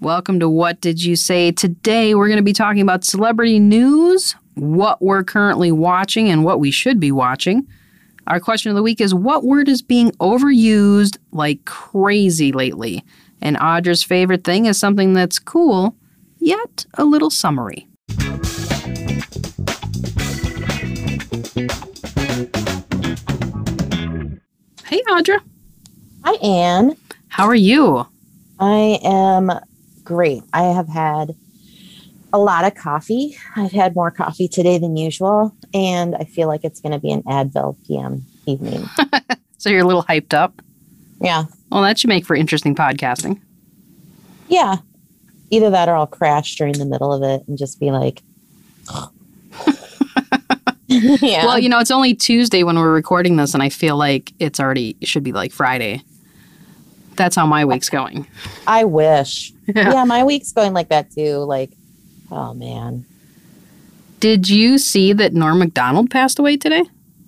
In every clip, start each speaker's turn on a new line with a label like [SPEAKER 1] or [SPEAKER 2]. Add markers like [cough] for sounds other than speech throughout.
[SPEAKER 1] Welcome to What Did You Say? Today we're going to be talking about celebrity news, what we're currently watching, and what we should be watching. Our question of the week is What word is being overused like crazy lately? And Audra's favorite thing is something that's cool, yet a little summary. Hey, Audra.
[SPEAKER 2] Hi, Anne.
[SPEAKER 1] How are you?
[SPEAKER 2] I am great. I have had a lot of coffee. I've had more coffee today than usual, and I feel like it's going to be an Advil PM
[SPEAKER 1] [laughs]
[SPEAKER 2] evening.
[SPEAKER 1] So you're a little hyped up.
[SPEAKER 2] yeah.
[SPEAKER 1] Well, that should make for interesting podcasting.
[SPEAKER 2] Yeah. Either that or I'll crash during the middle of it and just
[SPEAKER 1] [laughs]
[SPEAKER 2] be like, [laughs] yeah.
[SPEAKER 1] Well, you know, it's only Tuesday when we're recording this, and I feel like it's already it should be like Friday. That's how my week's going.
[SPEAKER 2] I wish.
[SPEAKER 1] Yeah.
[SPEAKER 2] yeah, my week's going like that too. Like, oh man.
[SPEAKER 1] Did you see that Norm MacDonald passed away today?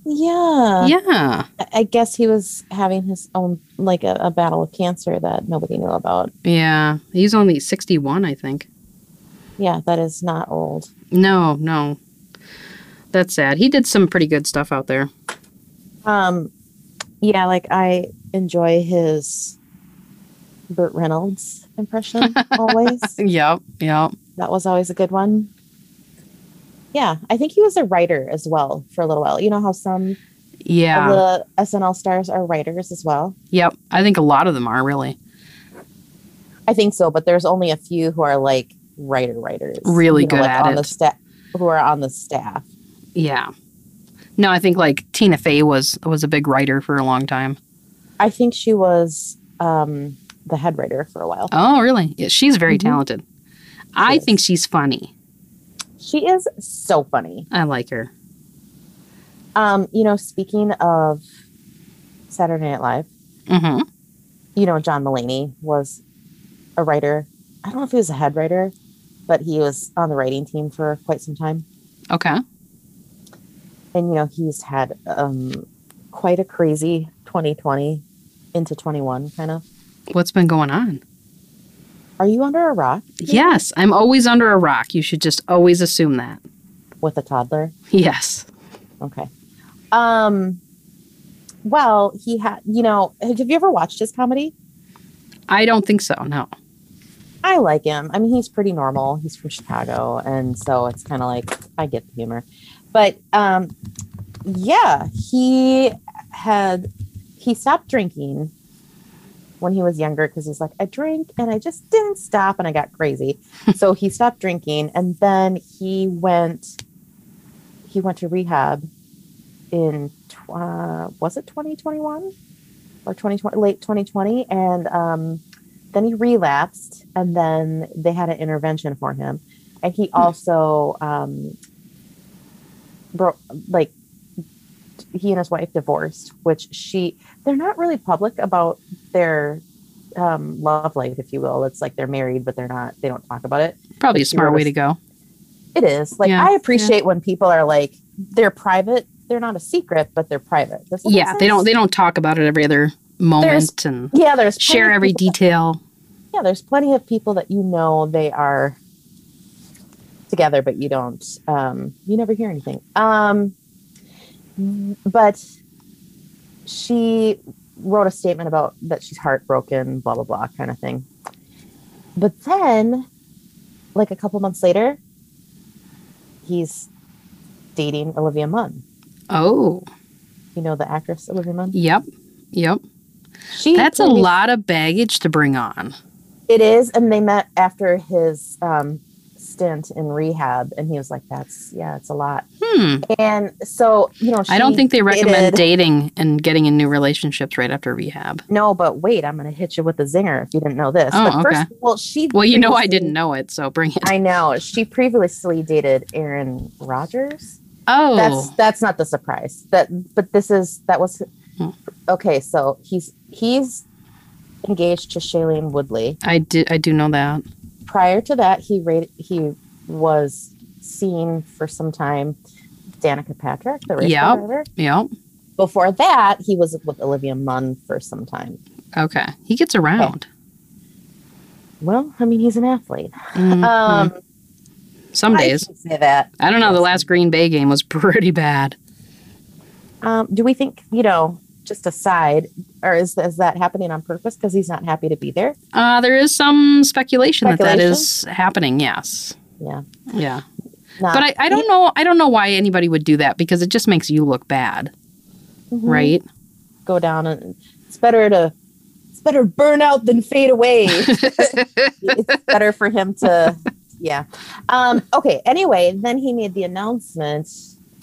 [SPEAKER 2] Yeah.
[SPEAKER 1] yeah.
[SPEAKER 2] I guess he was having his own like a, a battle of cancer that nobody knew about.
[SPEAKER 1] Yeah. He's only 61, I think.
[SPEAKER 2] Yeah, that is not old.
[SPEAKER 1] No, no. That's sad. He did some pretty good stuff out there.
[SPEAKER 2] Um yeah, like I enjoy his Burt Reynolds
[SPEAKER 1] [laughs]
[SPEAKER 2] impression always.
[SPEAKER 1] Yep, yep.
[SPEAKER 2] That was always a good one. Yeah, I think he was a writer as well for a little while. You know how some
[SPEAKER 1] Yeah.
[SPEAKER 2] of the SNL stars are writers as well?
[SPEAKER 1] Yep. I think a lot of them are really.
[SPEAKER 2] I think so, but there's only a few who are like writer writers,
[SPEAKER 1] Really good
[SPEAKER 2] like
[SPEAKER 1] at
[SPEAKER 2] on the
[SPEAKER 1] it.
[SPEAKER 2] sta- who are on the staff.
[SPEAKER 1] Yeah. No, I think like Tina Fey was was a big writer for a long time.
[SPEAKER 2] I think she was um, the head writer for a while.
[SPEAKER 1] Oh, really? Yeah, she's very
[SPEAKER 2] Mhm.
[SPEAKER 1] talented. I
[SPEAKER 2] Yes.
[SPEAKER 1] think she's funny. Oh.
[SPEAKER 2] She is so funny.
[SPEAKER 1] I like her.
[SPEAKER 2] Um, you know, speaking of Saturday Night Live,
[SPEAKER 1] hmm
[SPEAKER 2] you know, John Mulaney was a writer. I don't know if he was a head writer, but he was on the writing team for quite some time.
[SPEAKER 1] Okay.
[SPEAKER 2] And, you know, he's had um, quite a crazy 2020 into 21, kind of.
[SPEAKER 1] What's been going on?
[SPEAKER 2] Are you under a rock
[SPEAKER 1] Yes, I'm always under a rock. You should just always assume that.
[SPEAKER 2] with a toddler?
[SPEAKER 1] Yes.
[SPEAKER 2] Okay. Um, well, he had, you know, have you ever watched his comedy?
[SPEAKER 1] I don't think so. No.
[SPEAKER 2] I like him. I mean, he's pretty normal. He's from Chicago, and so it's kind of like I get the humor. But um, yeah, he had he stopped drinking when he was younger because he's like I drink and I just didn't stop and I got crazy. so he stopped drinking, and then he went he went to rehab in tw- uh, was it 2021 or 2020 late 2020 and um then he relapsed and then they had an intervention for him and he
[SPEAKER 1] Hmm.
[SPEAKER 2] also um bro- like he and his wife divorced which she they're not really public about their um love life if you will it's like they're married but they're not they don't talk about it
[SPEAKER 1] Probably a
[SPEAKER 2] But she
[SPEAKER 1] smart
[SPEAKER 2] wrote
[SPEAKER 1] way
[SPEAKER 2] a-
[SPEAKER 1] to go.
[SPEAKER 2] it is like
[SPEAKER 1] Yeah,
[SPEAKER 2] i appreciate when people are like they're private they're not a secret but they're private Does that make
[SPEAKER 1] Yeah, they don't
[SPEAKER 2] sense?
[SPEAKER 1] they don't talk about it every other moment and
[SPEAKER 2] yeah there's plenty
[SPEAKER 1] share
[SPEAKER 2] of
[SPEAKER 1] every
[SPEAKER 2] people-
[SPEAKER 1] detail.
[SPEAKER 2] yeah, there's plenty of people that you know they are together, but you don't, um, you never hear anything. Um, but she wrote a statement about that she's heartbroken, blah, blah, blah, kind of thing. But then, like a couple months later, he's dating Olivia Munn.
[SPEAKER 1] Oh,
[SPEAKER 2] You know, the actress Olivia Munn?
[SPEAKER 1] yep. Yep.
[SPEAKER 2] She
[SPEAKER 1] That's a
[SPEAKER 2] told me-
[SPEAKER 1] lot of baggage to bring on.
[SPEAKER 2] It is, and they met after his um, stint in rehab, and he was like, "That's yeah, it's a lot."
[SPEAKER 1] Hmm.
[SPEAKER 2] And so, you know,
[SPEAKER 1] I don't
[SPEAKER 2] she
[SPEAKER 1] think they recommend
[SPEAKER 2] dated-
[SPEAKER 1] dating and getting in new relationships right after rehab.
[SPEAKER 2] No, but wait, I'm going to hit you with a zinger if you didn't know this.
[SPEAKER 1] Oh,
[SPEAKER 2] but first, well, she
[SPEAKER 1] Well, you know, I
[SPEAKER 2] previously-
[SPEAKER 1] didn't know it, so bring it.
[SPEAKER 2] I know she previously dated Aaron Rodgers.
[SPEAKER 1] oh,
[SPEAKER 2] That's that's not the surprise. That but this is that was
[SPEAKER 1] Hmm.
[SPEAKER 2] okay. So he's he's engaged to Shailene Woodley.
[SPEAKER 1] I did. I do know that.
[SPEAKER 2] prior to that, he ra- he was seen for some time. Danica Patrick, the race
[SPEAKER 1] Yep.
[SPEAKER 2] car driver.
[SPEAKER 1] Yep.
[SPEAKER 2] Before that, he was with Olivia Munn for some time.
[SPEAKER 1] Okay. He gets around.
[SPEAKER 2] Well, I mean, he's an athlete.
[SPEAKER 1] Mhm.
[SPEAKER 2] Um,
[SPEAKER 1] Some
[SPEAKER 2] I
[SPEAKER 1] days.
[SPEAKER 2] should say that.
[SPEAKER 1] I don't know. The last Green Bay game was [laughs] pretty bad.
[SPEAKER 2] Um, do we think you know? Just aside, or is is that happening on purpose because he's not happy to be there?
[SPEAKER 1] Uh, there is some speculation, that that
[SPEAKER 2] Speculation? Uh,
[SPEAKER 1] is happening. Yes.
[SPEAKER 2] Yeah.
[SPEAKER 1] Yeah.
[SPEAKER 2] Not,
[SPEAKER 1] But I, I don't know. I don't know why anybody would do that because it just makes you look bad,
[SPEAKER 2] Mhm.
[SPEAKER 1] right?
[SPEAKER 2] Go down, and it's better to it's better burn out than fade
[SPEAKER 1] [laughs]
[SPEAKER 2] away. it's better for him to yeah um okay anyway then he made the announcement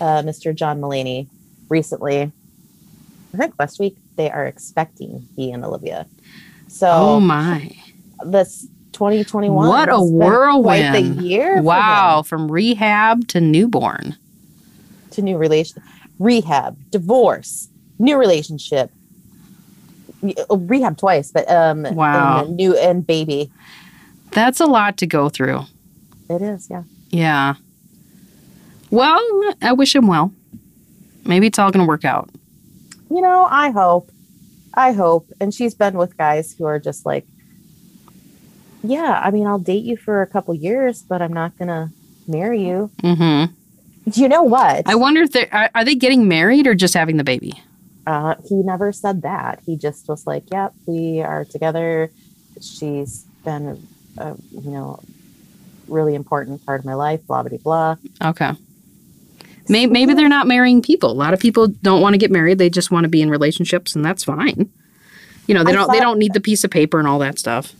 [SPEAKER 2] uh mr john mullaney recently i think last week they are expecting he and olivia
[SPEAKER 1] Oh
[SPEAKER 2] so
[SPEAKER 1] my!
[SPEAKER 2] this 2021
[SPEAKER 1] What a
[SPEAKER 2] has been quite the
[SPEAKER 1] whirlwind.
[SPEAKER 2] year for
[SPEAKER 1] Wow, from rehab to newborn.
[SPEAKER 2] him to new relation rehab divorce new relationship Re- oh, rehab twice but um
[SPEAKER 1] Wow.
[SPEAKER 2] and a new and baby
[SPEAKER 1] That's a lot to go through.
[SPEAKER 2] it is yeah
[SPEAKER 1] Yeah. Well, I wish him well. Maybe it's all going to work out.
[SPEAKER 2] you know, I hope, I hope. And she's been with guys who are just like, yeah, I mean, I'll date you for a couple years, but I'm not gonna marry you.
[SPEAKER 1] hmm
[SPEAKER 2] You know what?
[SPEAKER 1] I wonder if they are, are they getting married or just having the baby.
[SPEAKER 2] uh, he never said that. He just was like, yep, we are together. She's been, a, you know, really important part of my life. Blah blah blah.
[SPEAKER 1] Okay. Maybe, maybe they're not marrying people. A lot of people don't want to get married. They just want to be in relationships, and that's fine. You know, they
[SPEAKER 2] I
[SPEAKER 1] don't they
[SPEAKER 2] thought-
[SPEAKER 1] don't need the piece of paper and all that stuff.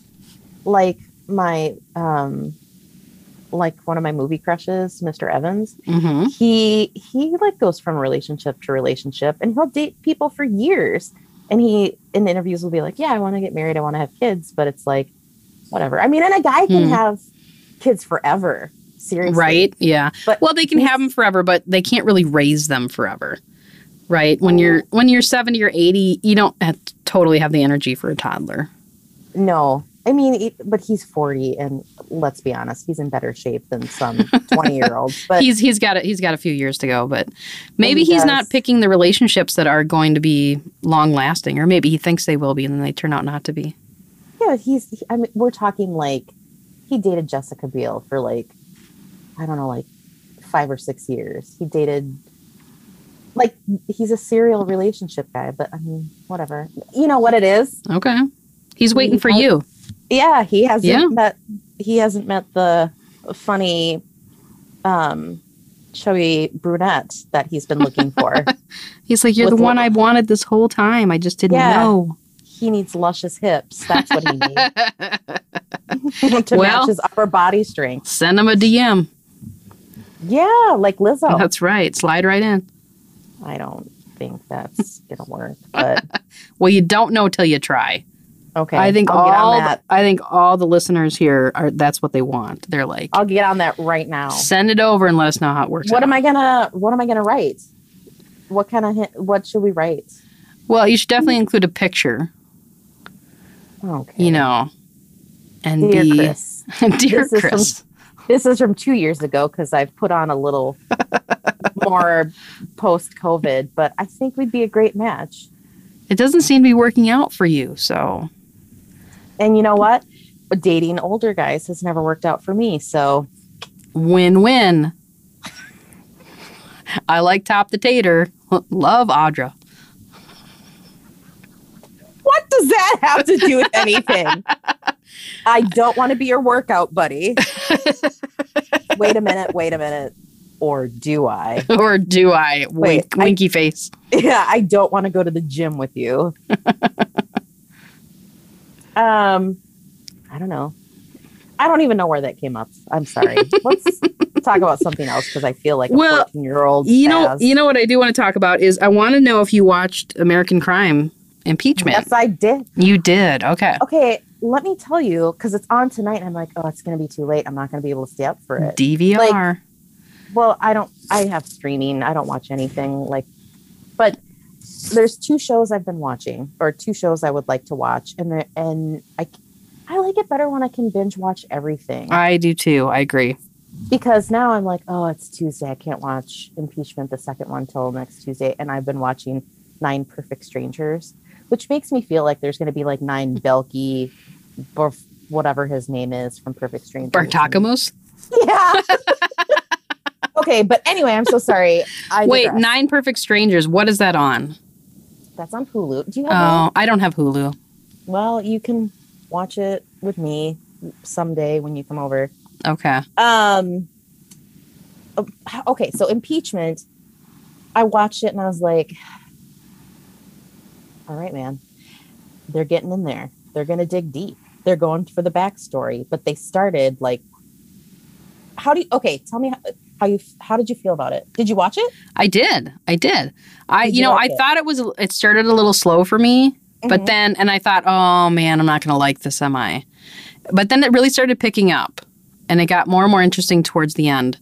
[SPEAKER 2] like my um, like one of my movie crushes, Mr. Evans.
[SPEAKER 1] hmm
[SPEAKER 2] he he like goes from relationship to relationship and he'll date people for years and he in interviews will be like yeah i want to get married i want to have kids but it's like whatever i mean and a guy can
[SPEAKER 1] Hmm.
[SPEAKER 2] have kids forever seriously
[SPEAKER 1] Right? Yeah.
[SPEAKER 2] But-
[SPEAKER 1] well, they can have them forever, but they can't really raise them forever. Right? When you're
[SPEAKER 2] Oh.
[SPEAKER 1] when you're 70 or 80, you don't have to totally have the energy for a toddler.
[SPEAKER 2] no i mean it, but he's 40 and let's be honest he's in better shape than some 20 year olds but
[SPEAKER 1] he's he's got a, he's got a few years to go, but maybe
[SPEAKER 2] he
[SPEAKER 1] he's
[SPEAKER 2] does.
[SPEAKER 1] not picking the relationships that are going to be long lasting, or maybe he thinks they will be, and then they turn out not to be.
[SPEAKER 2] yeah he's he- i mean we're talking like he dated jessica biel for like i don't know like five or six years he dated like he's a serial relationship guy but i mean whatever you know what it is
[SPEAKER 1] Okay, he's
[SPEAKER 2] Maybe
[SPEAKER 1] waiting for
[SPEAKER 2] I-
[SPEAKER 1] you.
[SPEAKER 2] yeah he hasn't
[SPEAKER 1] Yeah.
[SPEAKER 2] met he hasn't met the funny um showy brunette that he's been looking for
[SPEAKER 1] He's like, you're the
[SPEAKER 2] With
[SPEAKER 1] one
[SPEAKER 2] what-
[SPEAKER 1] I've wanted this whole time. I just didn't
[SPEAKER 2] Yeah.
[SPEAKER 1] know.
[SPEAKER 2] he needs luscious hips that's what he
[SPEAKER 1] [laughs]
[SPEAKER 2] needs [laughs] to
[SPEAKER 1] Well-
[SPEAKER 2] match his upper body strength
[SPEAKER 1] Send him a DM.
[SPEAKER 2] yeah like lizzo
[SPEAKER 1] That's right. Slide right in.
[SPEAKER 2] I don't think that's gonna work.
[SPEAKER 1] [laughs]
[SPEAKER 2] But
[SPEAKER 1] Well, you don't know till you try.
[SPEAKER 2] okay,
[SPEAKER 1] I think
[SPEAKER 2] I'll get
[SPEAKER 1] all
[SPEAKER 2] on
[SPEAKER 1] the,
[SPEAKER 2] that.
[SPEAKER 1] I think all the listeners here are that's what they want. They're like,
[SPEAKER 2] I'll get on that right now.
[SPEAKER 1] send it over and let us know how it works.
[SPEAKER 2] What
[SPEAKER 1] out.
[SPEAKER 2] am I gonna What am I gonna write? What kind of hint, What should we write?
[SPEAKER 1] Well, you should definitely include a picture.
[SPEAKER 2] Okay,
[SPEAKER 1] You know, and
[SPEAKER 2] dear
[SPEAKER 1] be
[SPEAKER 2] Chris,
[SPEAKER 1] [laughs] dear
[SPEAKER 2] This is
[SPEAKER 1] Chris.
[SPEAKER 2] this is from two years ago because I've put on
[SPEAKER 1] [laughs]
[SPEAKER 2] a little more post COVID, but I think we'd be a great match.
[SPEAKER 1] It doesn't seem to be working out for you, so
[SPEAKER 2] And you know what? Dating older guys has never worked out for me. So
[SPEAKER 1] win-win. I like top the tater. Love Audra. [laughs]
[SPEAKER 2] what does that [laughs] have to do with anything?
[SPEAKER 1] [laughs]
[SPEAKER 2] I don't want to be your workout buddy. wait a minute, wait a minute. Or do I? [laughs]
[SPEAKER 1] or do I? Wink,
[SPEAKER 2] Wait, I-
[SPEAKER 1] winky face.
[SPEAKER 2] Yeah, I don't want to go to the gym with you.
[SPEAKER 1] [laughs]
[SPEAKER 2] um I don't know. I don't even know where that came up. I'm sorry.
[SPEAKER 1] [laughs]
[SPEAKER 2] Let's talk about something else because I feel like a
[SPEAKER 1] Well,
[SPEAKER 2] 14 year old.
[SPEAKER 1] You know, you know what I do want to talk about is I want to know if you watched American Crime Impeachment.
[SPEAKER 2] yes, I did.
[SPEAKER 1] You did. Okay.
[SPEAKER 2] Okay, let me tell you because it's on tonight. And I'm like, oh, it's going to be too late. I'm not going to be able to stay up for it.
[SPEAKER 1] DVR.
[SPEAKER 2] well i don't i have streaming i don't watch anything like but there's two shows i've been watching or two shows i would like to watch and there and i i like it better when i can binge watch everything
[SPEAKER 1] I do too. I agree.
[SPEAKER 2] because now i'm like oh it's tuesday i can't watch impeachment the second one till next tuesday and i've been watching nine
[SPEAKER 1] [laughs]
[SPEAKER 2] perfect strangers which makes me feel like there's going to be like nine belky Borf- whatever his name is from Perfect Strangers.
[SPEAKER 1] Bartakamos?
[SPEAKER 2] [laughs] Yeah. [laughs] okay, but anyway, I'm so sorry. I
[SPEAKER 1] Wait,
[SPEAKER 2] digress.
[SPEAKER 1] Nine Perfect Strangers. What is that on?
[SPEAKER 2] that's on Hulu. Do you have?
[SPEAKER 1] Oh, I don't have Hulu.
[SPEAKER 2] that? Well, you can watch it with me someday when you come over.
[SPEAKER 1] Okay.
[SPEAKER 2] Um. o- Okay, so impeachment. I watched it and I was like, "All right, man, they're getting in there. They're gonna dig deep. They're going for the backstory." But they started like, "How do you?" Okay, tell me how, how you how did you feel about it? Did you watch it?
[SPEAKER 1] I did. I did. I,
[SPEAKER 2] Did
[SPEAKER 1] you
[SPEAKER 2] you
[SPEAKER 1] know,
[SPEAKER 2] like
[SPEAKER 1] I
[SPEAKER 2] it?
[SPEAKER 1] thought it was, it started a little slow for me, but
[SPEAKER 2] Mhm.
[SPEAKER 1] then, and I thought, oh man, I'm not going to like this, am I? But then it really started picking up and it got more and more interesting towards the end.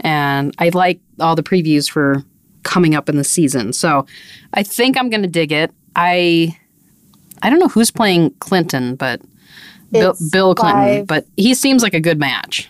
[SPEAKER 1] And I like all the previews for coming up in the season. So I think I'm going to dig it. I, I don't know who's playing Clinton, but Bill,
[SPEAKER 2] Mm-hmm. It's
[SPEAKER 1] Bill Clinton,
[SPEAKER 2] five-
[SPEAKER 1] but he seems like a good match.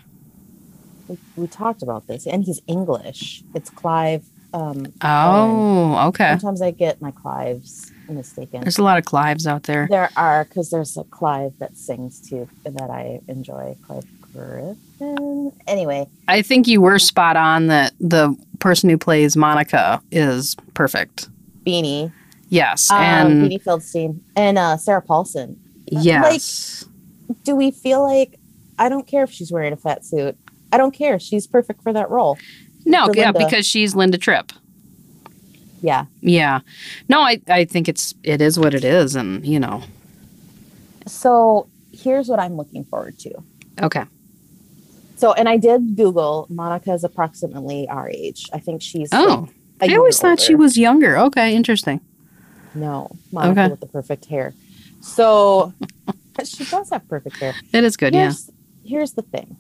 [SPEAKER 2] we, we talked about this, and he's English. It's Clive. Um,
[SPEAKER 1] Oh, okay.
[SPEAKER 2] Sometimes I get my Clives mistaken.
[SPEAKER 1] There's a lot of Clives out there.
[SPEAKER 2] There are because there's a Clive that sings too that I enjoy. Clive Griffin. Anyway,
[SPEAKER 1] I think you were spot on that the person who plays Monica is perfect.
[SPEAKER 2] Beanie,
[SPEAKER 1] Yes.
[SPEAKER 2] um,
[SPEAKER 1] and
[SPEAKER 2] Beanie Feldstein, and uh, Sarah Paulson.
[SPEAKER 1] yes.
[SPEAKER 2] Do we feel like I don't care if she's wearing a fat suit? I don't care. She's perfect for that role.
[SPEAKER 1] no,
[SPEAKER 2] for
[SPEAKER 1] yeah,
[SPEAKER 2] Linda.
[SPEAKER 1] because she's Linda Tripp.
[SPEAKER 2] Yeah,
[SPEAKER 1] Yeah. No, I, I think it's it is what it is and you know.
[SPEAKER 2] So here's what I'm looking forward to.
[SPEAKER 1] Okay.
[SPEAKER 2] So, and I did Google Monica is approximately our age. I think she's. like,
[SPEAKER 1] Oh.
[SPEAKER 2] a
[SPEAKER 1] I
[SPEAKER 2] year
[SPEAKER 1] always thought she
[SPEAKER 2] older.
[SPEAKER 1] was younger. Okay, interesting.
[SPEAKER 2] No, Monica
[SPEAKER 1] Okay.
[SPEAKER 2] with the perfect hair. So [laughs] she does have perfect hair.
[SPEAKER 1] It is good, yeah.
[SPEAKER 2] here's, here's the thing.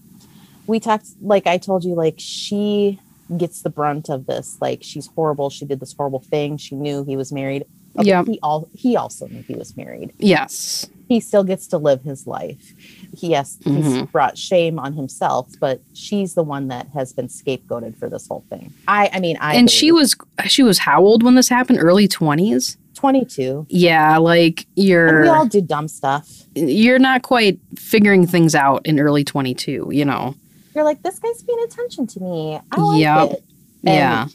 [SPEAKER 2] We talked, like I told you, like she gets the brunt of this. Like she's horrible. She did this horrible thing. She knew he was married.
[SPEAKER 1] Yeah.
[SPEAKER 2] He all he also knew he was married.
[SPEAKER 1] Yes.
[SPEAKER 2] He still gets to live his life. He has he's
[SPEAKER 1] Mhm.
[SPEAKER 2] brought shame on himself, but she's the one that has been scapegoated for this whole thing. I I mean I
[SPEAKER 1] and she
[SPEAKER 2] believe.
[SPEAKER 1] was she was how old when this happened? Early 20s?
[SPEAKER 2] 22.
[SPEAKER 1] Yeah, like
[SPEAKER 2] And
[SPEAKER 1] you're
[SPEAKER 2] we all do dumb stuff.
[SPEAKER 1] you're not quite figuring things out in early 22, you know.
[SPEAKER 2] You're like, this guy's paying attention to me. I like
[SPEAKER 1] Yep.
[SPEAKER 2] it. And-
[SPEAKER 1] yeah.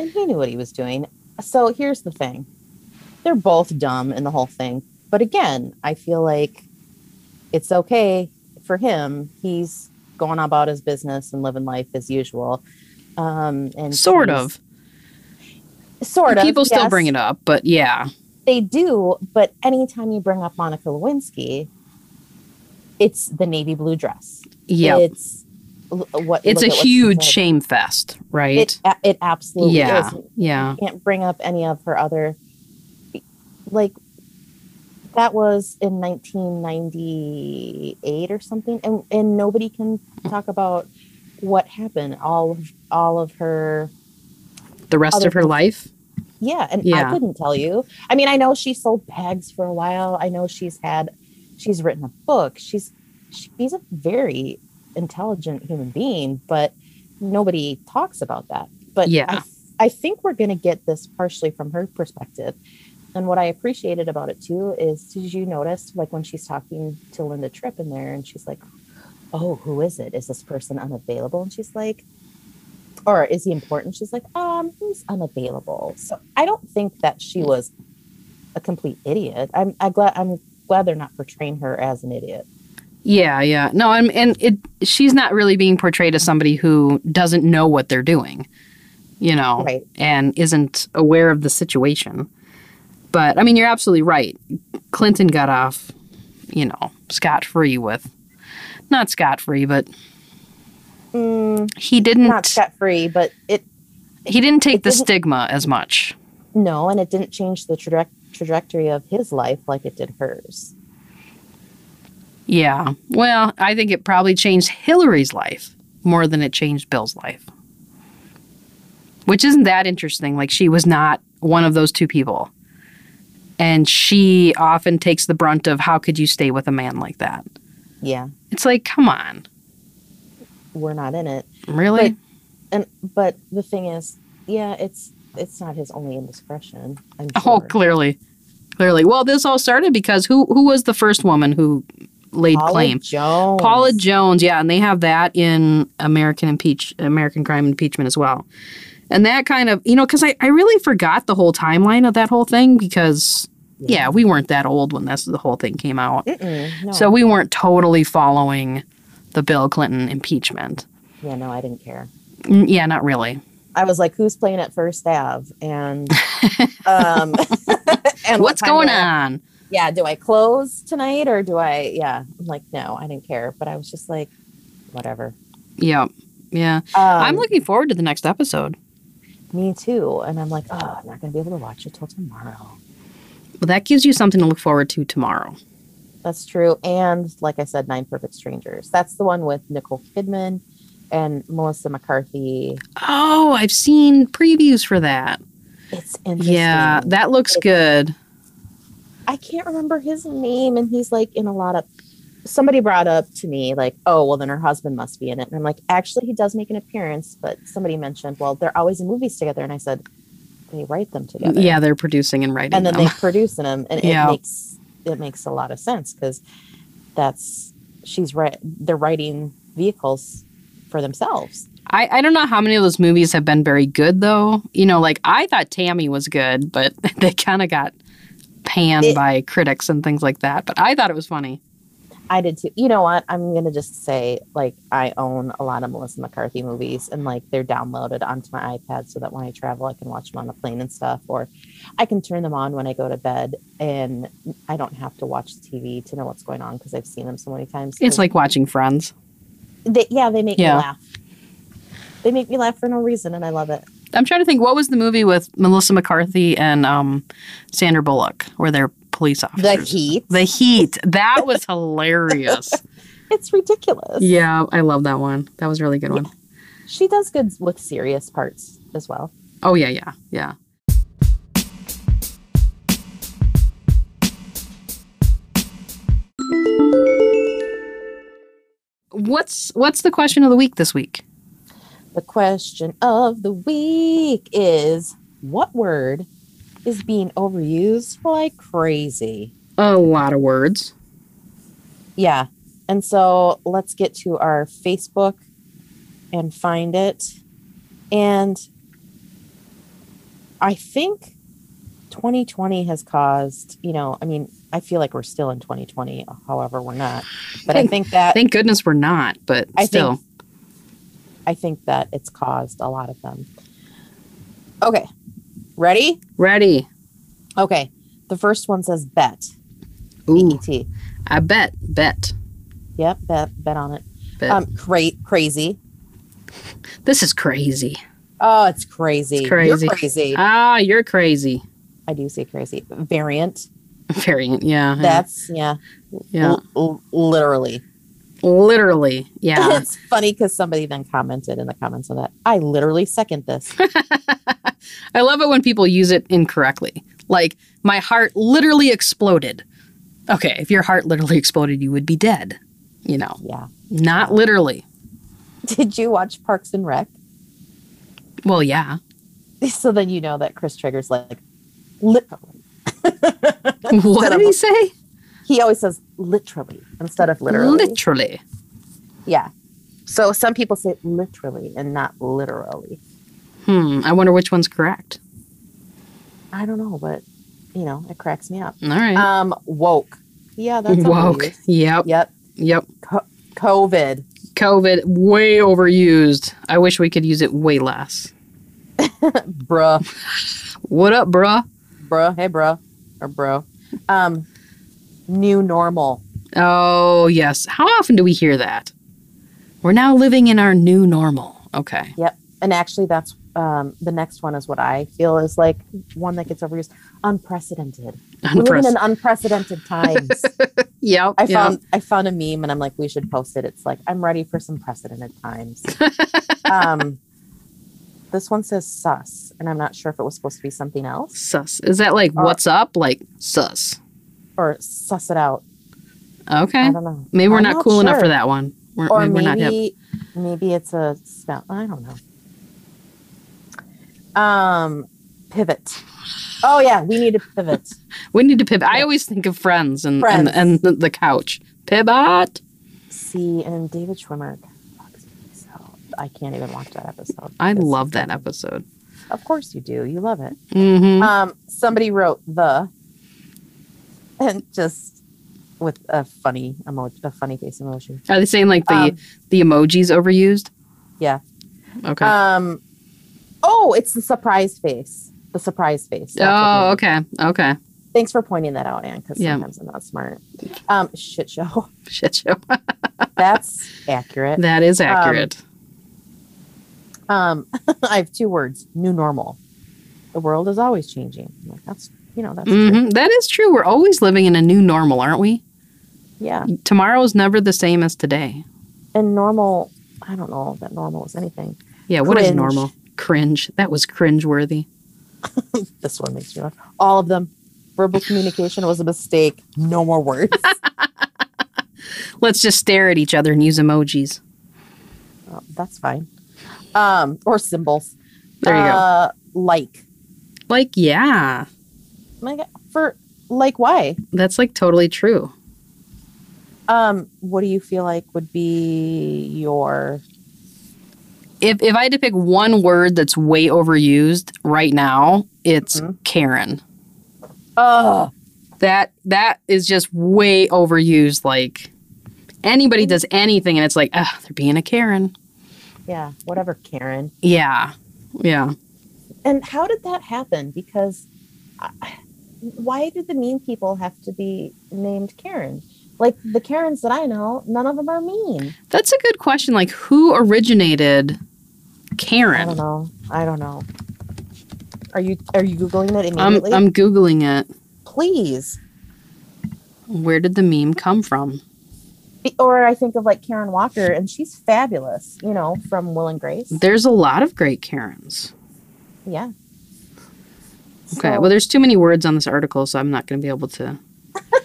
[SPEAKER 2] and he knew what he was doing. So here's the thing they're both dumb in the whole thing. But again, I feel like it's okay for him. He's going about his business and living life as usual. Um, and
[SPEAKER 1] Sort
[SPEAKER 2] she's-
[SPEAKER 1] of.
[SPEAKER 2] sort of.
[SPEAKER 1] People still
[SPEAKER 2] yes,
[SPEAKER 1] bring it up, but yeah.
[SPEAKER 2] They do, but anytime you bring up Monica Lewinsky, it's the navy blue dress.
[SPEAKER 1] Yeah.
[SPEAKER 2] it's l- what
[SPEAKER 1] it's
[SPEAKER 2] look
[SPEAKER 1] a
[SPEAKER 2] at what she
[SPEAKER 1] huge
[SPEAKER 2] did.
[SPEAKER 1] shame fest, right?
[SPEAKER 2] It a- it absolutely
[SPEAKER 1] yeah.
[SPEAKER 2] is.
[SPEAKER 1] Yeah.
[SPEAKER 2] can't bring up any of her other like that was in 1998 or something and and nobody can talk about what happened all of all of her
[SPEAKER 1] The rest
[SPEAKER 2] Other
[SPEAKER 1] of her
[SPEAKER 2] people-
[SPEAKER 1] life.
[SPEAKER 2] yeah and
[SPEAKER 1] Yeah.
[SPEAKER 2] i couldn't tell you i mean i know she sold bags for a while i know she's had she's written a book she's she's a very intelligent human being but nobody talks about that but
[SPEAKER 1] Yeah.
[SPEAKER 2] I, I think we're going to get this partially from her perspective and what i appreciated about it too is did you notice like when she's talking to linda tripp in there and she's like oh who is it is this person unavailable and she's like or is he important? She's like, um, he's unavailable. So I don't think that she was a complete idiot. I'm I glad I'm glad they're not portraying her as an idiot.
[SPEAKER 1] Yeah, yeah. No, I'm, and it she's not really being portrayed as somebody who doesn't know what they're doing, you know,
[SPEAKER 2] Right.
[SPEAKER 1] and isn't aware of the situation. But I mean, you're absolutely right. Clinton got off, you know, scot free with not scot free, but
[SPEAKER 2] Mm,
[SPEAKER 1] he didn't
[SPEAKER 2] not scot free, but it
[SPEAKER 1] he didn't take
[SPEAKER 2] it
[SPEAKER 1] the
[SPEAKER 2] didn't-
[SPEAKER 1] stigma as much.
[SPEAKER 2] no, and it didn't change the traje- trajectory of his life like it did hers.
[SPEAKER 1] Yeah. Well, I think it probably changed Hillary's life more than it changed Bill's life. Which isn't that interesting. Like, she was not one of those two people. And she often takes the brunt of how could you stay with a man like that?
[SPEAKER 2] Yeah,
[SPEAKER 1] It's like, come on.
[SPEAKER 2] we're not in it.
[SPEAKER 1] Really?
[SPEAKER 2] And but the thing is, yeah, it's it's not his only indiscretion. I'm
[SPEAKER 1] [laughs] oh,
[SPEAKER 2] sure.
[SPEAKER 1] clearly. Clearly. Well, this all started because who who was the first woman who laid
[SPEAKER 2] Paula
[SPEAKER 1] claim.
[SPEAKER 2] Jones.
[SPEAKER 1] Paula Jones, yeah, and they have that in American impeach American crime impeachment as well. And that kind of, you know, because I, I really forgot the whole timeline of that whole thing because, yeah, we weren't that old when this, the whole thing came out.
[SPEAKER 2] Mm-mm, no.
[SPEAKER 1] So we weren't totally following the Bill Clinton impeachment.
[SPEAKER 2] yeah, no, I didn't care.
[SPEAKER 1] Mm, Yeah, not really.
[SPEAKER 2] I was like, who's playing at First Ave?
[SPEAKER 1] [laughs]
[SPEAKER 2] And um, [laughs] and what
[SPEAKER 1] What's
[SPEAKER 2] time
[SPEAKER 1] going
[SPEAKER 2] do I-
[SPEAKER 1] on?
[SPEAKER 2] Yeah, do I close tonight or do I? Yeah, I'm like, no, I didn't care. But I was just like, whatever.
[SPEAKER 1] Yep. Yeah.
[SPEAKER 2] Um,
[SPEAKER 1] I'm looking forward to the next episode.
[SPEAKER 2] me too, and I'm like, oh, I'm not gonna be able to watch it till tomorrow.
[SPEAKER 1] Well, that gives you something to look forward to tomorrow.
[SPEAKER 2] That's true. And like I said, Nine Perfect Strangers. That's the one with Nicole Kidman and Melissa McCarthy.
[SPEAKER 1] Oh, I've seen previews for that.
[SPEAKER 2] It's interesting.
[SPEAKER 1] Yeah, that looks
[SPEAKER 2] It's-
[SPEAKER 1] good.
[SPEAKER 2] I can't remember his name, and he's like in a lot of. Somebody brought up to me like, "Oh, well, then her husband must be in it," and I'm like, "Actually, he does make an appearance." But somebody mentioned, "Well, they're always in movies together," and I said, "They write them together."
[SPEAKER 1] Yeah, they're producing and writing
[SPEAKER 2] and then
[SPEAKER 1] them.
[SPEAKER 2] they produce in them, and
[SPEAKER 1] Yeah.
[SPEAKER 2] it makes it makes a lot of sense because that's she's right. They're writing vehicles for themselves.
[SPEAKER 1] I, I don't know how many of those movies have been very good though. You know, like I thought Tammy was good, but [laughs] they kind of got panned
[SPEAKER 2] It-
[SPEAKER 1] by critics and things like that. But I thought it was funny.
[SPEAKER 2] I did too. You know what? I'm gonna just say like I own a lot of Melissa McCarthy movies, and like they're downloaded onto my iPad so that when I travel, I can watch them on the plane and stuff, or I can turn them on when I go to bed, and I don't have to watch TV to know what's going on because I've seen them so many times.
[SPEAKER 1] It's like watching Friends.
[SPEAKER 2] they, yeah, they make
[SPEAKER 1] Yeah.
[SPEAKER 2] me laugh. They make me laugh for no reason, and I love it.
[SPEAKER 1] I'm trying to think what was the movie with Melissa McCarthy and um, Sandra Bullock where they're police
[SPEAKER 2] The
[SPEAKER 1] officers.
[SPEAKER 2] heat,
[SPEAKER 1] The Heat. That was
[SPEAKER 2] [laughs]
[SPEAKER 1] hilarious.
[SPEAKER 2] it's ridiculous.
[SPEAKER 1] yeah, I love that one. That was a really good one.
[SPEAKER 2] She does good with serious parts as well.
[SPEAKER 1] Oh yeah, yeah, yeah. What's what's the question of the week this week?
[SPEAKER 2] The question of the week is what word is being overused like crazy?
[SPEAKER 1] A lot of words.
[SPEAKER 2] Yeah. And so let's get to our Facebook and find it. And I think 2020 has caused, you know, I mean, I feel like we're still in 2020, however, we're not. But I think that
[SPEAKER 1] Thank goodness we're not, but
[SPEAKER 2] I
[SPEAKER 1] still.
[SPEAKER 2] think I think that it's caused a lot of them. Okay. Ready?
[SPEAKER 1] Ready.
[SPEAKER 2] Okay. The first one says bet.
[SPEAKER 1] Ooh.
[SPEAKER 2] B-E-T.
[SPEAKER 1] I bet. Bet.
[SPEAKER 2] Yep, bet bet on it.
[SPEAKER 1] Bet.
[SPEAKER 2] Um cra- crazy.
[SPEAKER 1] This is crazy.
[SPEAKER 2] Oh, it's crazy.
[SPEAKER 1] It's crazy.
[SPEAKER 2] You're crazy.
[SPEAKER 1] Ah, you're crazy. [laughs]
[SPEAKER 2] I do say crazy. Variant.
[SPEAKER 1] Variant. Yeah. yeah,
[SPEAKER 2] That's yeah.
[SPEAKER 1] Uh-huh. yeah.
[SPEAKER 2] L- l- literally.
[SPEAKER 1] Literally. [laughs] Yeah.
[SPEAKER 2] it's funny because somebody then commented in the comments on that. I literally
[SPEAKER 1] [laughs]
[SPEAKER 2] second this.
[SPEAKER 1] I love it when people use it incorrectly. Like, my heart literally exploded. Okay, if your heart literally [laughs] exploded, you would be dead. You know,
[SPEAKER 2] yeah.
[SPEAKER 1] not literally.
[SPEAKER 2] Did you watch Parks and Rec? [laughs]
[SPEAKER 1] Well, yeah.
[SPEAKER 2] So then you know that Chris Trigger's like literally.
[SPEAKER 1] [laughs] What did he say?
[SPEAKER 2] He always says literally instead of literally.
[SPEAKER 1] Literally.
[SPEAKER 2] yeah. So some people say literally and not literally.
[SPEAKER 1] Hmm. I wonder which one's correct.
[SPEAKER 2] I don't know, but you know, it cracks me up.
[SPEAKER 1] All right.
[SPEAKER 2] Um, woke. Yeah, that's
[SPEAKER 1] Woke.
[SPEAKER 2] overused.
[SPEAKER 1] Yep.
[SPEAKER 2] Yep.
[SPEAKER 1] Yep.
[SPEAKER 2] COVID.
[SPEAKER 1] COVID, way overused. I wish we could use it way less.
[SPEAKER 2] Bruh.
[SPEAKER 1] What up, bruh?
[SPEAKER 2] Bruh. Hey, bruh. Or bro. Um, new normal.
[SPEAKER 1] Oh, yes. How often do we hear that? We're now living in our new normal. Okay.
[SPEAKER 2] And actually, that's um, the next one is what I feel is like one that gets overused. Unprecedented. We're living in unprecedented times.
[SPEAKER 1] Yep.
[SPEAKER 2] I
[SPEAKER 1] yep.
[SPEAKER 2] found I found a meme and I'm like, we should post it. It's like I'm ready for some precedented
[SPEAKER 1] [laughs]
[SPEAKER 2] times. um, this one says sus, and I'm not sure if it was supposed to be something else
[SPEAKER 1] Sus. Is that like
[SPEAKER 2] Uh,
[SPEAKER 1] what's up? Like sus.
[SPEAKER 2] or suss it out.
[SPEAKER 1] Okay.
[SPEAKER 2] I don't know.
[SPEAKER 1] Maybe we're
[SPEAKER 2] I'm
[SPEAKER 1] not, cool enough
[SPEAKER 2] sure.
[SPEAKER 1] for that one. We're,
[SPEAKER 2] Or
[SPEAKER 1] maybe we're
[SPEAKER 2] maybe
[SPEAKER 1] not hip.
[SPEAKER 2] maybe it's a spell. I don't know. Um, pivot. Oh yeah, we need to pivot.
[SPEAKER 1] We need to pivot. I
[SPEAKER 2] Yeah.
[SPEAKER 1] always think of friends and and,
[SPEAKER 2] Friends.
[SPEAKER 1] and the, the couch. Pivot.
[SPEAKER 2] See, and then David Schwimmer. fucks me so- I can't even watch that episode.
[SPEAKER 1] I
[SPEAKER 2] It's-
[SPEAKER 1] love that episode.
[SPEAKER 2] Of course you do. You love it.
[SPEAKER 1] Mm-hmm.
[SPEAKER 2] Um, somebody wrote the, and just with a funny emoji, a funny face emoji.
[SPEAKER 1] Are they saying like the
[SPEAKER 2] Um,
[SPEAKER 1] the emojis overused?
[SPEAKER 2] Yeah.
[SPEAKER 1] Okay.
[SPEAKER 2] Um, oh, it's the surprise face. The surprise face. That's what they-
[SPEAKER 1] oh, okay. Okay. [laughs]
[SPEAKER 2] Thanks for pointing that out, Anne, because
[SPEAKER 1] Yeah.
[SPEAKER 2] sometimes I'm not smart. Um, shit show. [laughs]
[SPEAKER 1] Shit show.
[SPEAKER 2] That's accurate.
[SPEAKER 1] that is accurate.
[SPEAKER 2] Um, [laughs] I have two words: new normal. The world is always changing. I'm like, that's you know that's true.
[SPEAKER 1] Mhm. That is true. We're always living in a new normal, aren't we? Mm-hmm.
[SPEAKER 2] yeah.
[SPEAKER 1] Tomorrow is never the same as today.
[SPEAKER 2] And normal, I don't know that normal is anything.
[SPEAKER 1] Yeah. What is
[SPEAKER 2] Cringe.
[SPEAKER 1] normal? Cringe. That was cringe worthy.
[SPEAKER 2] This one makes me laugh. All of them. Verbal communication was a mistake. No more [laughs] words.
[SPEAKER 1] Let's just stare at each other and use emojis.
[SPEAKER 2] Oh, that's fine. Um, or symbols.
[SPEAKER 1] There you go.
[SPEAKER 2] uh, go. Like.
[SPEAKER 1] Like, yeah,
[SPEAKER 2] My God, for like why?
[SPEAKER 1] that's like totally true.
[SPEAKER 2] Um, what do you feel like would be your
[SPEAKER 1] If if I had to pick one word that's way overused right now, it's
[SPEAKER 2] Mhm.
[SPEAKER 1] Karen.
[SPEAKER 2] Oh,
[SPEAKER 1] That that is just way overused. Like anybody does anything, and it's like, ah, they're being a Karen.
[SPEAKER 2] yeah, whatever, Karen.
[SPEAKER 1] Yeah, yeah.
[SPEAKER 2] And how did that happen? Because I, why do the mean people have to be named Karen? Like the Karens that I know, none of them are mean.
[SPEAKER 1] That's a good question. Like, who originated
[SPEAKER 2] I don't
[SPEAKER 1] Karen?
[SPEAKER 2] know. I don't know. Are you are you googling it
[SPEAKER 1] I'm
[SPEAKER 2] immediately?
[SPEAKER 1] I'm googling it.
[SPEAKER 2] Please,
[SPEAKER 1] Where did the meme come from?
[SPEAKER 2] Be- or I think of like Karen Walker, and she's fabulous. You know, from Will and Grace.
[SPEAKER 1] There's a lot of great Karens.
[SPEAKER 2] Yeah.
[SPEAKER 1] Okay.
[SPEAKER 2] So,
[SPEAKER 1] well, there's too many words on this article, so I'm not going to be able to.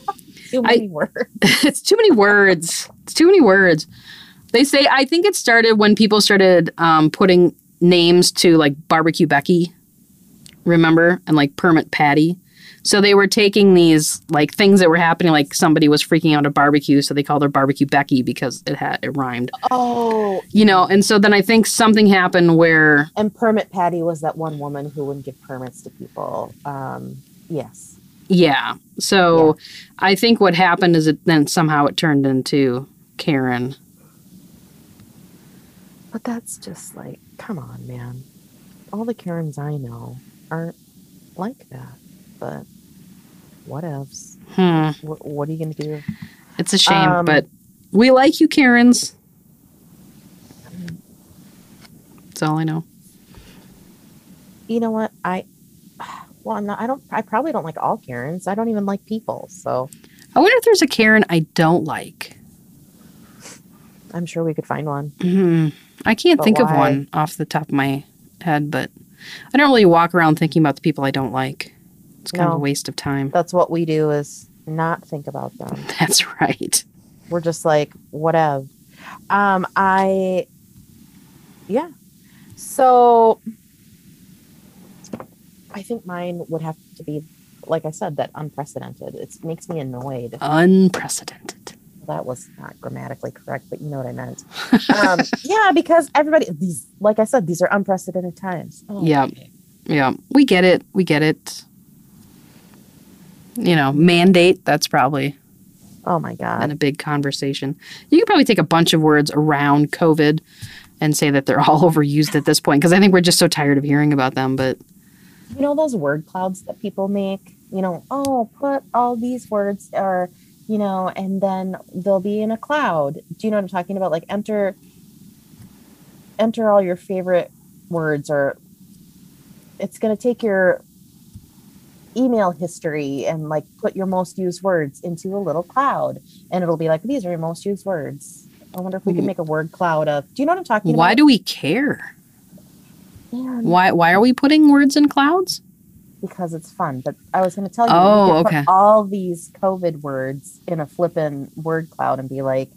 [SPEAKER 1] [laughs]
[SPEAKER 2] too many words.
[SPEAKER 1] it's too many words. It's too many words. They say, I think it started when people started um, putting names to like Barbecue Becky, remember? And like Permit Patty. So they were taking these like things that were happening, like somebody was freaking out at a barbecue, so they called her Barbecue Becky because it had it rhymed,
[SPEAKER 2] Oh,
[SPEAKER 1] you know. And so then I think something happened where,
[SPEAKER 2] and permit Patty was that one woman who wouldn't give permits to people. Um, yes.
[SPEAKER 1] yeah. So I think what happened is it then somehow it turned into Karen.
[SPEAKER 2] But that's just like, come on, man. All the Karens I know aren't like that. But what else?
[SPEAKER 1] Hmm.
[SPEAKER 2] What, what are you going to do?
[SPEAKER 1] It's a shame,
[SPEAKER 2] Um,
[SPEAKER 1] but we like you, Karens. That's all I know.
[SPEAKER 2] You know what? I, well, I'm not, I don't, I probably don't like all Karens. I don't even like people. So
[SPEAKER 1] I wonder if there's a Karen I don't like.
[SPEAKER 2] I'm sure we could find one.
[SPEAKER 1] Mhm. I can't
[SPEAKER 2] But
[SPEAKER 1] think of
[SPEAKER 2] why?
[SPEAKER 1] one off the top of my head, but I don't really walk around thinking about the people I don't like. It's kind of a
[SPEAKER 2] No.
[SPEAKER 1] waste of time. [laughs]
[SPEAKER 2] That's what we do is not think about them.
[SPEAKER 1] That's right.
[SPEAKER 2] We're just like, whatever. Um, I, yeah. So I think mine would have to be, like I said, that unprecedented. It makes me annoyed.
[SPEAKER 1] Unprecedented.
[SPEAKER 2] That was not grammatically correct, but you know what I meant. Um, yeah, because everybody, these, like I said, these are unprecedented times. Oh,
[SPEAKER 1] Yeah. Yeah. We get it. We get it. You know, mandate, that's probably
[SPEAKER 2] Oh my
[SPEAKER 1] and
[SPEAKER 2] God.
[SPEAKER 1] a big conversation. You could probably take a bunch of words around COVID and say that they're [laughs] all overused at this point because I think we're just so tired of hearing about them. But
[SPEAKER 2] You know those word clouds that people make? You know, oh, put all these words or, you know, and then they'll be in a cloud. Do you know what I'm talking about? Like enter enter all your favorite words or it's going to take your email history and like put your most used words into a little cloud and it'll be like these are your most used words. I wonder if we could make a word cloud of. Do you know what I'm talking
[SPEAKER 1] why
[SPEAKER 2] about?
[SPEAKER 1] do we care?
[SPEAKER 2] Why do
[SPEAKER 1] Why why are we putting words in clouds?
[SPEAKER 2] because it's fun. But I was going to tell you,
[SPEAKER 1] Oh,
[SPEAKER 2] you could
[SPEAKER 1] okay.
[SPEAKER 2] put all these COVID words in a flippin' word cloud and be like,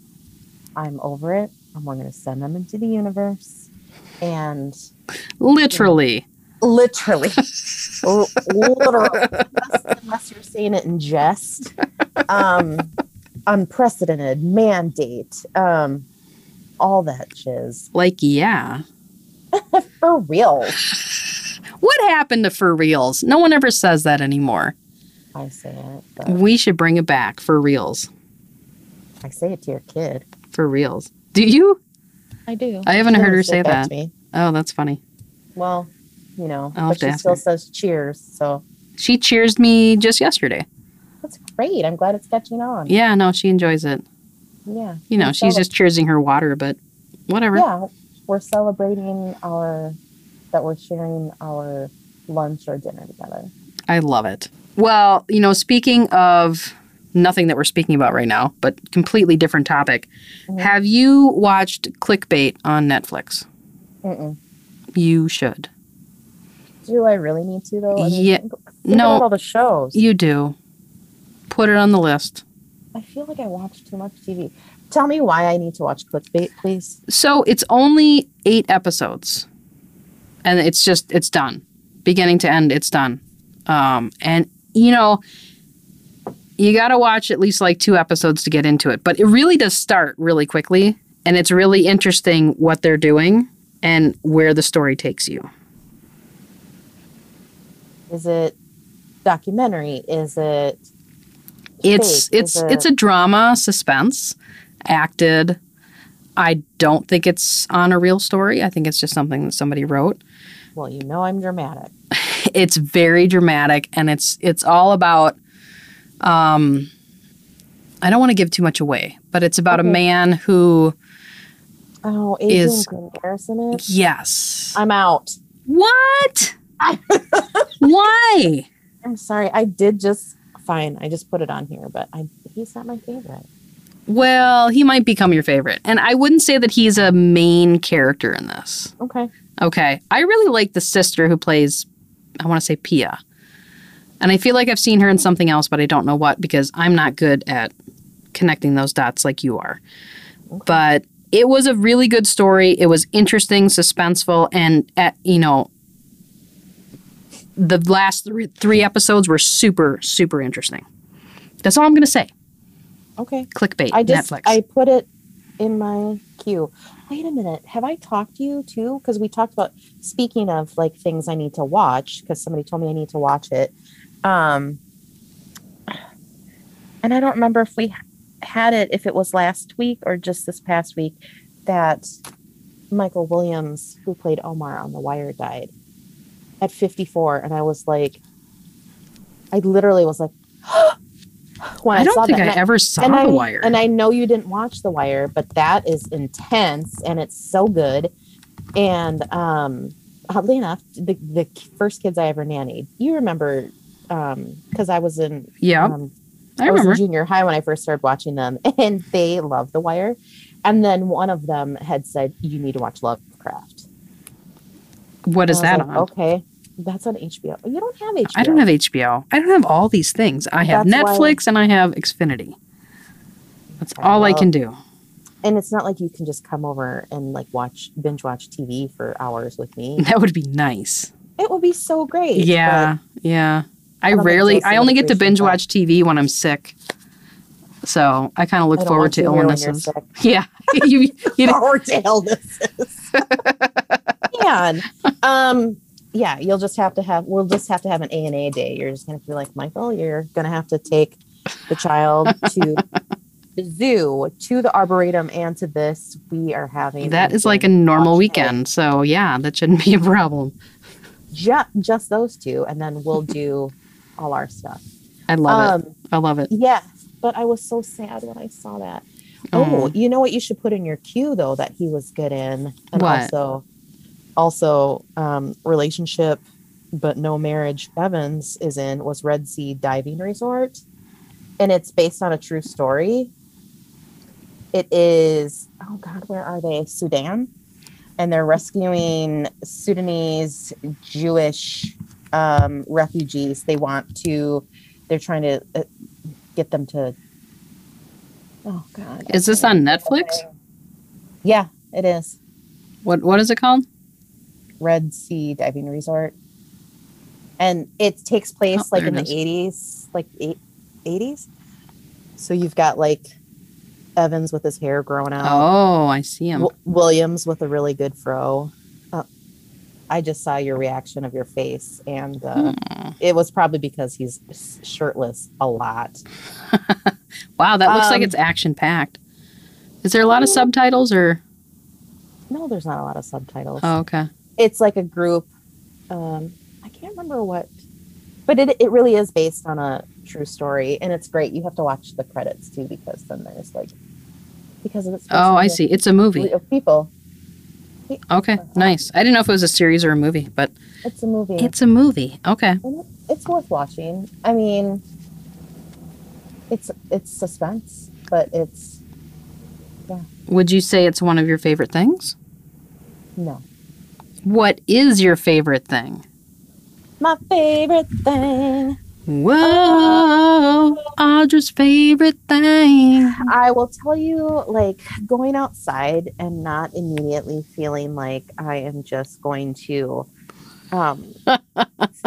[SPEAKER 2] I'm over it. And we're going to send them into the universe. And
[SPEAKER 1] Literally. [laughs]
[SPEAKER 2] literally, l- literally, unless, unless you're saying it in jest, um, unprecedented mandate, um, all that shiz.
[SPEAKER 1] Like, yeah.
[SPEAKER 2] For real.
[SPEAKER 1] What happened to for reals? No one ever says that anymore.
[SPEAKER 2] I say it. But
[SPEAKER 1] We should bring it back for reals.
[SPEAKER 2] I say it to your kid.
[SPEAKER 1] For reals. Do you?
[SPEAKER 2] I do.
[SPEAKER 1] I haven't heard her say that.
[SPEAKER 2] To me.
[SPEAKER 1] Oh, that's funny.
[SPEAKER 2] Well, you know,
[SPEAKER 1] I'll have
[SPEAKER 2] but
[SPEAKER 1] to
[SPEAKER 2] she
[SPEAKER 1] ask
[SPEAKER 2] still
[SPEAKER 1] her.
[SPEAKER 2] says cheers. So
[SPEAKER 1] She cheersed me just yesterday.
[SPEAKER 2] that's great. I'm glad it's catching on. Yeah.
[SPEAKER 1] Yeah, no, she enjoys it. You know,
[SPEAKER 2] I'm
[SPEAKER 1] she's
[SPEAKER 2] so-
[SPEAKER 1] just cheersing her water, but whatever.
[SPEAKER 2] Yeah. We're celebrating our, that we're sharing our lunch or dinner together.
[SPEAKER 1] I love it. Well, you know, speaking of nothing that we're speaking about right now, but completely different topic,
[SPEAKER 2] Mhm.
[SPEAKER 1] have you watched Clickbait on Netflix?
[SPEAKER 2] Mm-mm.
[SPEAKER 1] You should.
[SPEAKER 2] Do I really need to though? I mean,
[SPEAKER 1] Yeah.
[SPEAKER 2] think- think
[SPEAKER 1] No.
[SPEAKER 2] about all the shows.
[SPEAKER 1] You do. Put it on the list.
[SPEAKER 2] I feel like I watch too much TV. Tell me why I need to watch clickbait, please.
[SPEAKER 1] So it's only eight episodes, and it's just it's done, beginning to end. It's done, um, and you know, you got to watch at least like two episodes to get into it. But it really does start really quickly, and it's really interesting what they're doing and where the story takes you.
[SPEAKER 2] Is it documentary? Is it
[SPEAKER 1] It's
[SPEAKER 2] fake?
[SPEAKER 1] it's
[SPEAKER 2] Is it-
[SPEAKER 1] it's a drama, suspense, acted. I don't think it's on a real story. I think it's just something that somebody wrote.
[SPEAKER 2] well, you know I'm dramatic.
[SPEAKER 1] it's very dramatic and it's it's all about um I don't want to give too much away, but it's about a
[SPEAKER 2] Okay.
[SPEAKER 1] man who
[SPEAKER 2] Oh, Adrian
[SPEAKER 1] Is-
[SPEAKER 2] Green Garrison is.
[SPEAKER 1] yes.
[SPEAKER 2] I'm out.
[SPEAKER 1] what? Why?
[SPEAKER 2] I'm sorry. I did just fine. I just put it on here, but I he's not my favorite.
[SPEAKER 1] Well, he might become your favorite. And I wouldn't say that he's a main character in this.
[SPEAKER 2] Okay.
[SPEAKER 1] Okay. I really like the sister who plays I want to say Pia. And I feel like I've seen her in something else, but I don't know what because I'm not good at connecting those dots like you are. But it was a really good story. It was interesting, suspenseful, and at you know, the last three, three episodes were super, super interesting. That's all I'm gonna say.
[SPEAKER 2] Okay.
[SPEAKER 1] Clickbait.
[SPEAKER 2] I just
[SPEAKER 1] Netflix.
[SPEAKER 2] I put it in my queue. Wait a minute. Have I talked to you too? Because we talked about speaking of like things I need to watch. Because somebody told me I need to watch it. Um, and I don't remember if we had it if it was last week or just this past week that Michael Williams, who played Omar on The Wire, died at 54, and I was like, I literally was like. [gasps] When I,
[SPEAKER 1] I don't
[SPEAKER 2] saw
[SPEAKER 1] think
[SPEAKER 2] that,
[SPEAKER 1] I
[SPEAKER 2] and
[SPEAKER 1] ever saw
[SPEAKER 2] and
[SPEAKER 1] The
[SPEAKER 2] I,
[SPEAKER 1] Wire.
[SPEAKER 2] And I know you didn't watch The Wire, but that is intense and it's so good. And um, oddly enough, the, the first kids I ever nannied, you remember, because I was in
[SPEAKER 1] yeah,
[SPEAKER 2] um,
[SPEAKER 1] I
[SPEAKER 2] was
[SPEAKER 1] remember.
[SPEAKER 2] in junior high when I first started watching them, [laughs] and they loved The Wire. And then one of them had said, "You need to watch Lovecraft."
[SPEAKER 1] What is
[SPEAKER 2] And I
[SPEAKER 1] that on?
[SPEAKER 2] was like, oh, Okay, that's on HBO. You don't have HBO.
[SPEAKER 1] I don't have HBO. I don't have all these things. I have
[SPEAKER 2] That's why-
[SPEAKER 1] Netflix and I have Xfinity. That's
[SPEAKER 2] I
[SPEAKER 1] all I
[SPEAKER 2] love-
[SPEAKER 1] can do.
[SPEAKER 2] and it's not like you can just come over and like watch binge watch TV for hours with me.
[SPEAKER 1] [laughs] That would be nice.
[SPEAKER 2] It would be so great.
[SPEAKER 1] Yeah. Yeah. I
[SPEAKER 2] don't think
[SPEAKER 1] rarely
[SPEAKER 2] Jason
[SPEAKER 1] I only get to
[SPEAKER 2] appreciates
[SPEAKER 1] binge
[SPEAKER 2] that.
[SPEAKER 1] watch TV when I'm sick. So, I kind of look
[SPEAKER 2] but I don't
[SPEAKER 1] forward
[SPEAKER 2] want
[SPEAKER 1] to
[SPEAKER 2] you here when you're
[SPEAKER 1] illnesses.
[SPEAKER 2] sick.
[SPEAKER 1] [laughs] Yeah.
[SPEAKER 2] [laughs]
[SPEAKER 1] you, [laughs] you know,
[SPEAKER 2] Forward to
[SPEAKER 1] [laughs]
[SPEAKER 2] illnesses. Man. Um, yeah, you'll just have to have we'll just have to have an A and A day. You're just gonna be like, Michael, you're gonna have to take
[SPEAKER 1] [laughs]
[SPEAKER 2] the child to the zoo, to the arboretum, and to this. We are having
[SPEAKER 1] that is like a normal weekend. So, yeah, that shouldn't be a problem.
[SPEAKER 2] Just just those two, and then
[SPEAKER 1] [laughs]
[SPEAKER 2] we'll do all our stuff.
[SPEAKER 1] I love
[SPEAKER 2] um
[SPEAKER 1] it. I love it.
[SPEAKER 2] Yeah, but I was so sad when I saw that. Oh,
[SPEAKER 1] Oh.
[SPEAKER 2] you know what you should put in your queue though that he was good in, and
[SPEAKER 1] What?
[SPEAKER 2] also, also um, relationship, but no marriage. Evans is in was Red Sea Diving Resort, and it's based on a true story. It is oh god, where are they? Sudan, and they're rescuing Sudanese Jewish um, refugees. They want to. They're trying to uh, get them to. Oh god,
[SPEAKER 1] Is this on Netflix?
[SPEAKER 2] yeah, it is.
[SPEAKER 1] What what is it called?
[SPEAKER 2] Red Sea Diving Resort. And it takes place
[SPEAKER 1] Oh,
[SPEAKER 2] like
[SPEAKER 1] there
[SPEAKER 2] in the
[SPEAKER 1] it
[SPEAKER 2] 80s, like eight, 80s. So you've got like Evans with his hair growing out,
[SPEAKER 1] Oh, I see him.
[SPEAKER 2] Wi- Williams with a really good fro. Uh, I just saw your reaction of your face, and
[SPEAKER 1] Hmm.
[SPEAKER 2] uh, it was probably because he's s- shirtless a lot.
[SPEAKER 1] Wow, that looks like
[SPEAKER 2] um, Oh.
[SPEAKER 1] it's action packed. Is there a lot of subtitles or?
[SPEAKER 2] No, there's not a lot of subtitles.
[SPEAKER 1] Oh, okay.
[SPEAKER 2] it's like a group. Um, I can't remember what, but it, it really is based on a true story, and it's great. You have to watch the credits too because then there's like because it's based
[SPEAKER 1] Oh,
[SPEAKER 2] on
[SPEAKER 1] I
[SPEAKER 2] the
[SPEAKER 1] see. It's a movie.
[SPEAKER 2] real people.
[SPEAKER 1] Okay,
[SPEAKER 2] Uh-huh.
[SPEAKER 1] nice. I didn't know if it was a series or a movie, but
[SPEAKER 2] It's a movie.
[SPEAKER 1] it's a movie. Okay.
[SPEAKER 2] And it- it's worth watching. I mean, it's it's suspense, but it's
[SPEAKER 1] Would you say it's one of your favorite things?
[SPEAKER 2] no.
[SPEAKER 1] What is your favorite thing?
[SPEAKER 2] My favorite thing.
[SPEAKER 1] Whoa, Audra's favorite thing.
[SPEAKER 2] I will tell you, like going outside and not immediately feeling like I am just going to
[SPEAKER 1] [laughs]
[SPEAKER 2] um,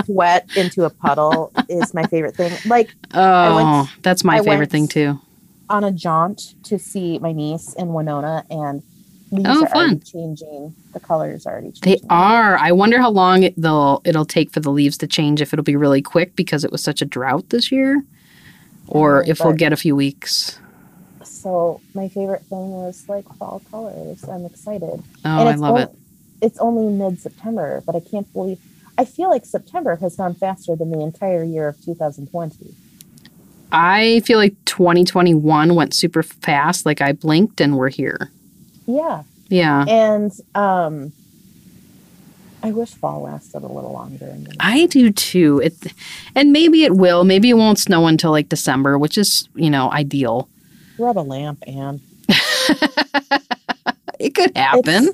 [SPEAKER 2] sweat into a puddle is my favorite thing. Like
[SPEAKER 1] Oh, that's my
[SPEAKER 2] I
[SPEAKER 1] favorite
[SPEAKER 2] went-
[SPEAKER 1] thing too.
[SPEAKER 2] on a jaunt to see my niece and Winona, and leaves
[SPEAKER 1] Oh,
[SPEAKER 2] are already
[SPEAKER 1] fun.
[SPEAKER 2] changing. The colors are already
[SPEAKER 1] They
[SPEAKER 2] changing.
[SPEAKER 1] are. I wonder how long it- they'll it'll take for the leaves to change. If it'll be really quick because it was such a drought this year, or
[SPEAKER 2] Yeah,
[SPEAKER 1] if we'll
[SPEAKER 2] Oh, but-
[SPEAKER 1] get a few weeks.
[SPEAKER 2] So my favorite thing was like fall colors. I'm excited.
[SPEAKER 1] Oh, I love it.
[SPEAKER 2] only, It's only mid September, but I can't believe. I feel like September has gone faster than the entire year of 2020.
[SPEAKER 1] I feel like 2021 went super fast. Like I blinked and we're here.
[SPEAKER 2] Yeah,
[SPEAKER 1] Yeah.
[SPEAKER 2] and um, I wish fall lasted a little longer. in Minnesota.
[SPEAKER 1] I do too. It, and maybe it will. Maybe it won't snow until like December, which is you know ideal.
[SPEAKER 2] Rub a lamp, and
[SPEAKER 1] It could happen.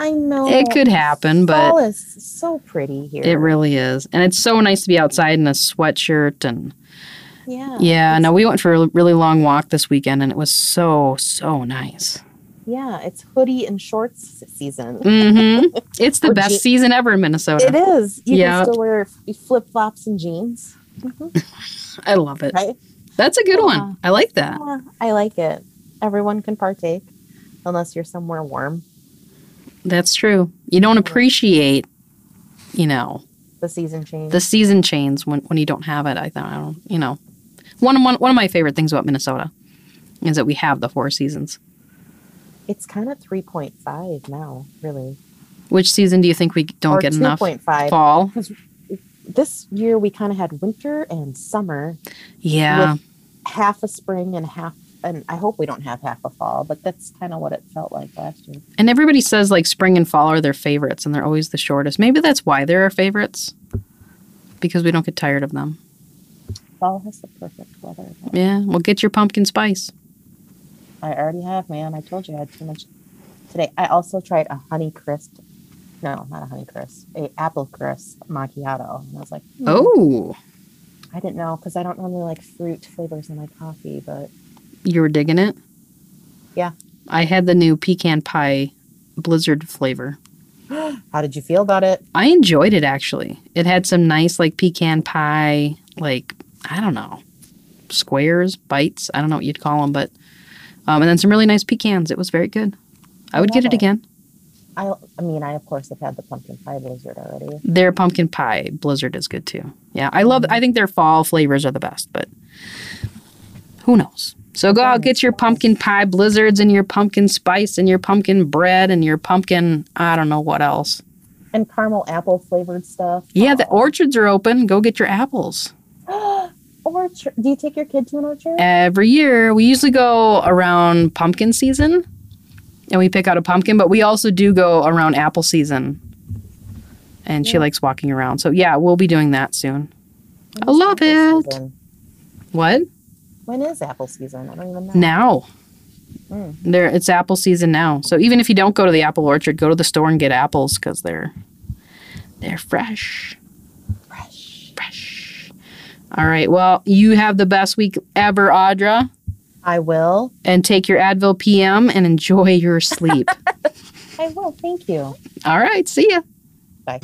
[SPEAKER 2] I know
[SPEAKER 1] It could happen, but
[SPEAKER 2] fall is so pretty here.
[SPEAKER 1] it really is. And it's so nice to be outside in a sweatshirt. And
[SPEAKER 2] yeah,
[SPEAKER 1] yeah,
[SPEAKER 2] it's-
[SPEAKER 1] no, we went for a really long walk this weekend, and it was so so nice.
[SPEAKER 2] yeah. It's hoodie and shorts season.
[SPEAKER 1] hmm It's the
[SPEAKER 2] Or
[SPEAKER 1] best
[SPEAKER 2] je-
[SPEAKER 1] season ever in Minnesota.
[SPEAKER 2] It is. You
[SPEAKER 1] Yeah.
[SPEAKER 2] can still wear flip flops and jeans,
[SPEAKER 1] I love it.
[SPEAKER 2] right?
[SPEAKER 1] That's a good
[SPEAKER 2] Yeah.
[SPEAKER 1] one. I like that.
[SPEAKER 2] Yeah, I like it. Everyone can partake, unless you're somewhere warm
[SPEAKER 1] That's true. You don't appreciate, you know,
[SPEAKER 2] the season change.
[SPEAKER 1] the season chains when, when you don't have it. I, th- I don't, you know, one of, one, one of my favorite things about Minnesota is that we have the four seasons.
[SPEAKER 2] it's kind of 3.5 now, really.
[SPEAKER 1] Which season do you think we don't
[SPEAKER 2] or
[SPEAKER 1] get enough?
[SPEAKER 2] 2.5.
[SPEAKER 1] Fall.
[SPEAKER 2] This year we kind of had winter and summer,
[SPEAKER 1] Yeah.
[SPEAKER 2] half a spring and half, and I hope we don't have half a fall, but that's kind of what it felt like last year.
[SPEAKER 1] and everybody says like spring and fall are their favorites and they're always the shortest. Maybe that's why they're our favorites because we don't get tired of them.
[SPEAKER 2] Fall has the perfect weather.
[SPEAKER 1] Yeah. Well, get your pumpkin spice.
[SPEAKER 2] I already have, man. I told you I had too much today. I also tried a honey crisp. No, not a honey crisp. A apple crisp macchiato, and I was like, hmm,
[SPEAKER 1] Oh,
[SPEAKER 2] I didn't know because I don't normally like fruit flavors in my coffee, but [gasps]
[SPEAKER 1] you were digging it?
[SPEAKER 2] Yeah.
[SPEAKER 1] I had the new pecan pie blizzard flavor.
[SPEAKER 2] how did you feel about it?
[SPEAKER 1] I enjoyed it actually. It had some nice like pecan pie, like I don't know, squares, bites. I don't know what you'd call them, but um, and then some really nice pecans. It was very good. I would get
[SPEAKER 2] love
[SPEAKER 1] it
[SPEAKER 2] it.
[SPEAKER 1] again.
[SPEAKER 2] I, I mean, I of course have had the pumpkin pie blizzard already.
[SPEAKER 1] Their pumpkin pie blizzard is good too. Yeah, I love. I think their fall flavors are the best, but who knows? So go out, get your pumpkin pie blizzards and your pumpkin spice and your pumpkin bread and your pumpkin. I don't know what else.
[SPEAKER 2] And caramel apple flavored stuff.
[SPEAKER 1] Yeah, the
[SPEAKER 2] Aw.
[SPEAKER 1] orchards are open. Go get your apples.
[SPEAKER 2] [gasps] orchard. Do you take your kid to an orchard?
[SPEAKER 1] every year we usually go around pumpkin season and we pick out a pumpkin but we also do go around apple season and she
[SPEAKER 2] Yeah.
[SPEAKER 1] likes walking around so yeah we'll be doing that soon
[SPEAKER 2] When is
[SPEAKER 1] love
[SPEAKER 2] apple
[SPEAKER 1] it.
[SPEAKER 2] season?
[SPEAKER 1] what
[SPEAKER 2] When is apple season? I don't even know.
[SPEAKER 1] now
[SPEAKER 2] Mm.
[SPEAKER 1] there it's apple season now so even if you don't go to the apple orchard go to the store and get apples because they're they're fresh
[SPEAKER 2] Fresh.
[SPEAKER 1] fresh all right well you have the best week ever audra
[SPEAKER 2] I will.
[SPEAKER 1] and take your advil pm and enjoy your sleep
[SPEAKER 2] I will. Thank you.
[SPEAKER 1] all right see ya
[SPEAKER 2] Bye.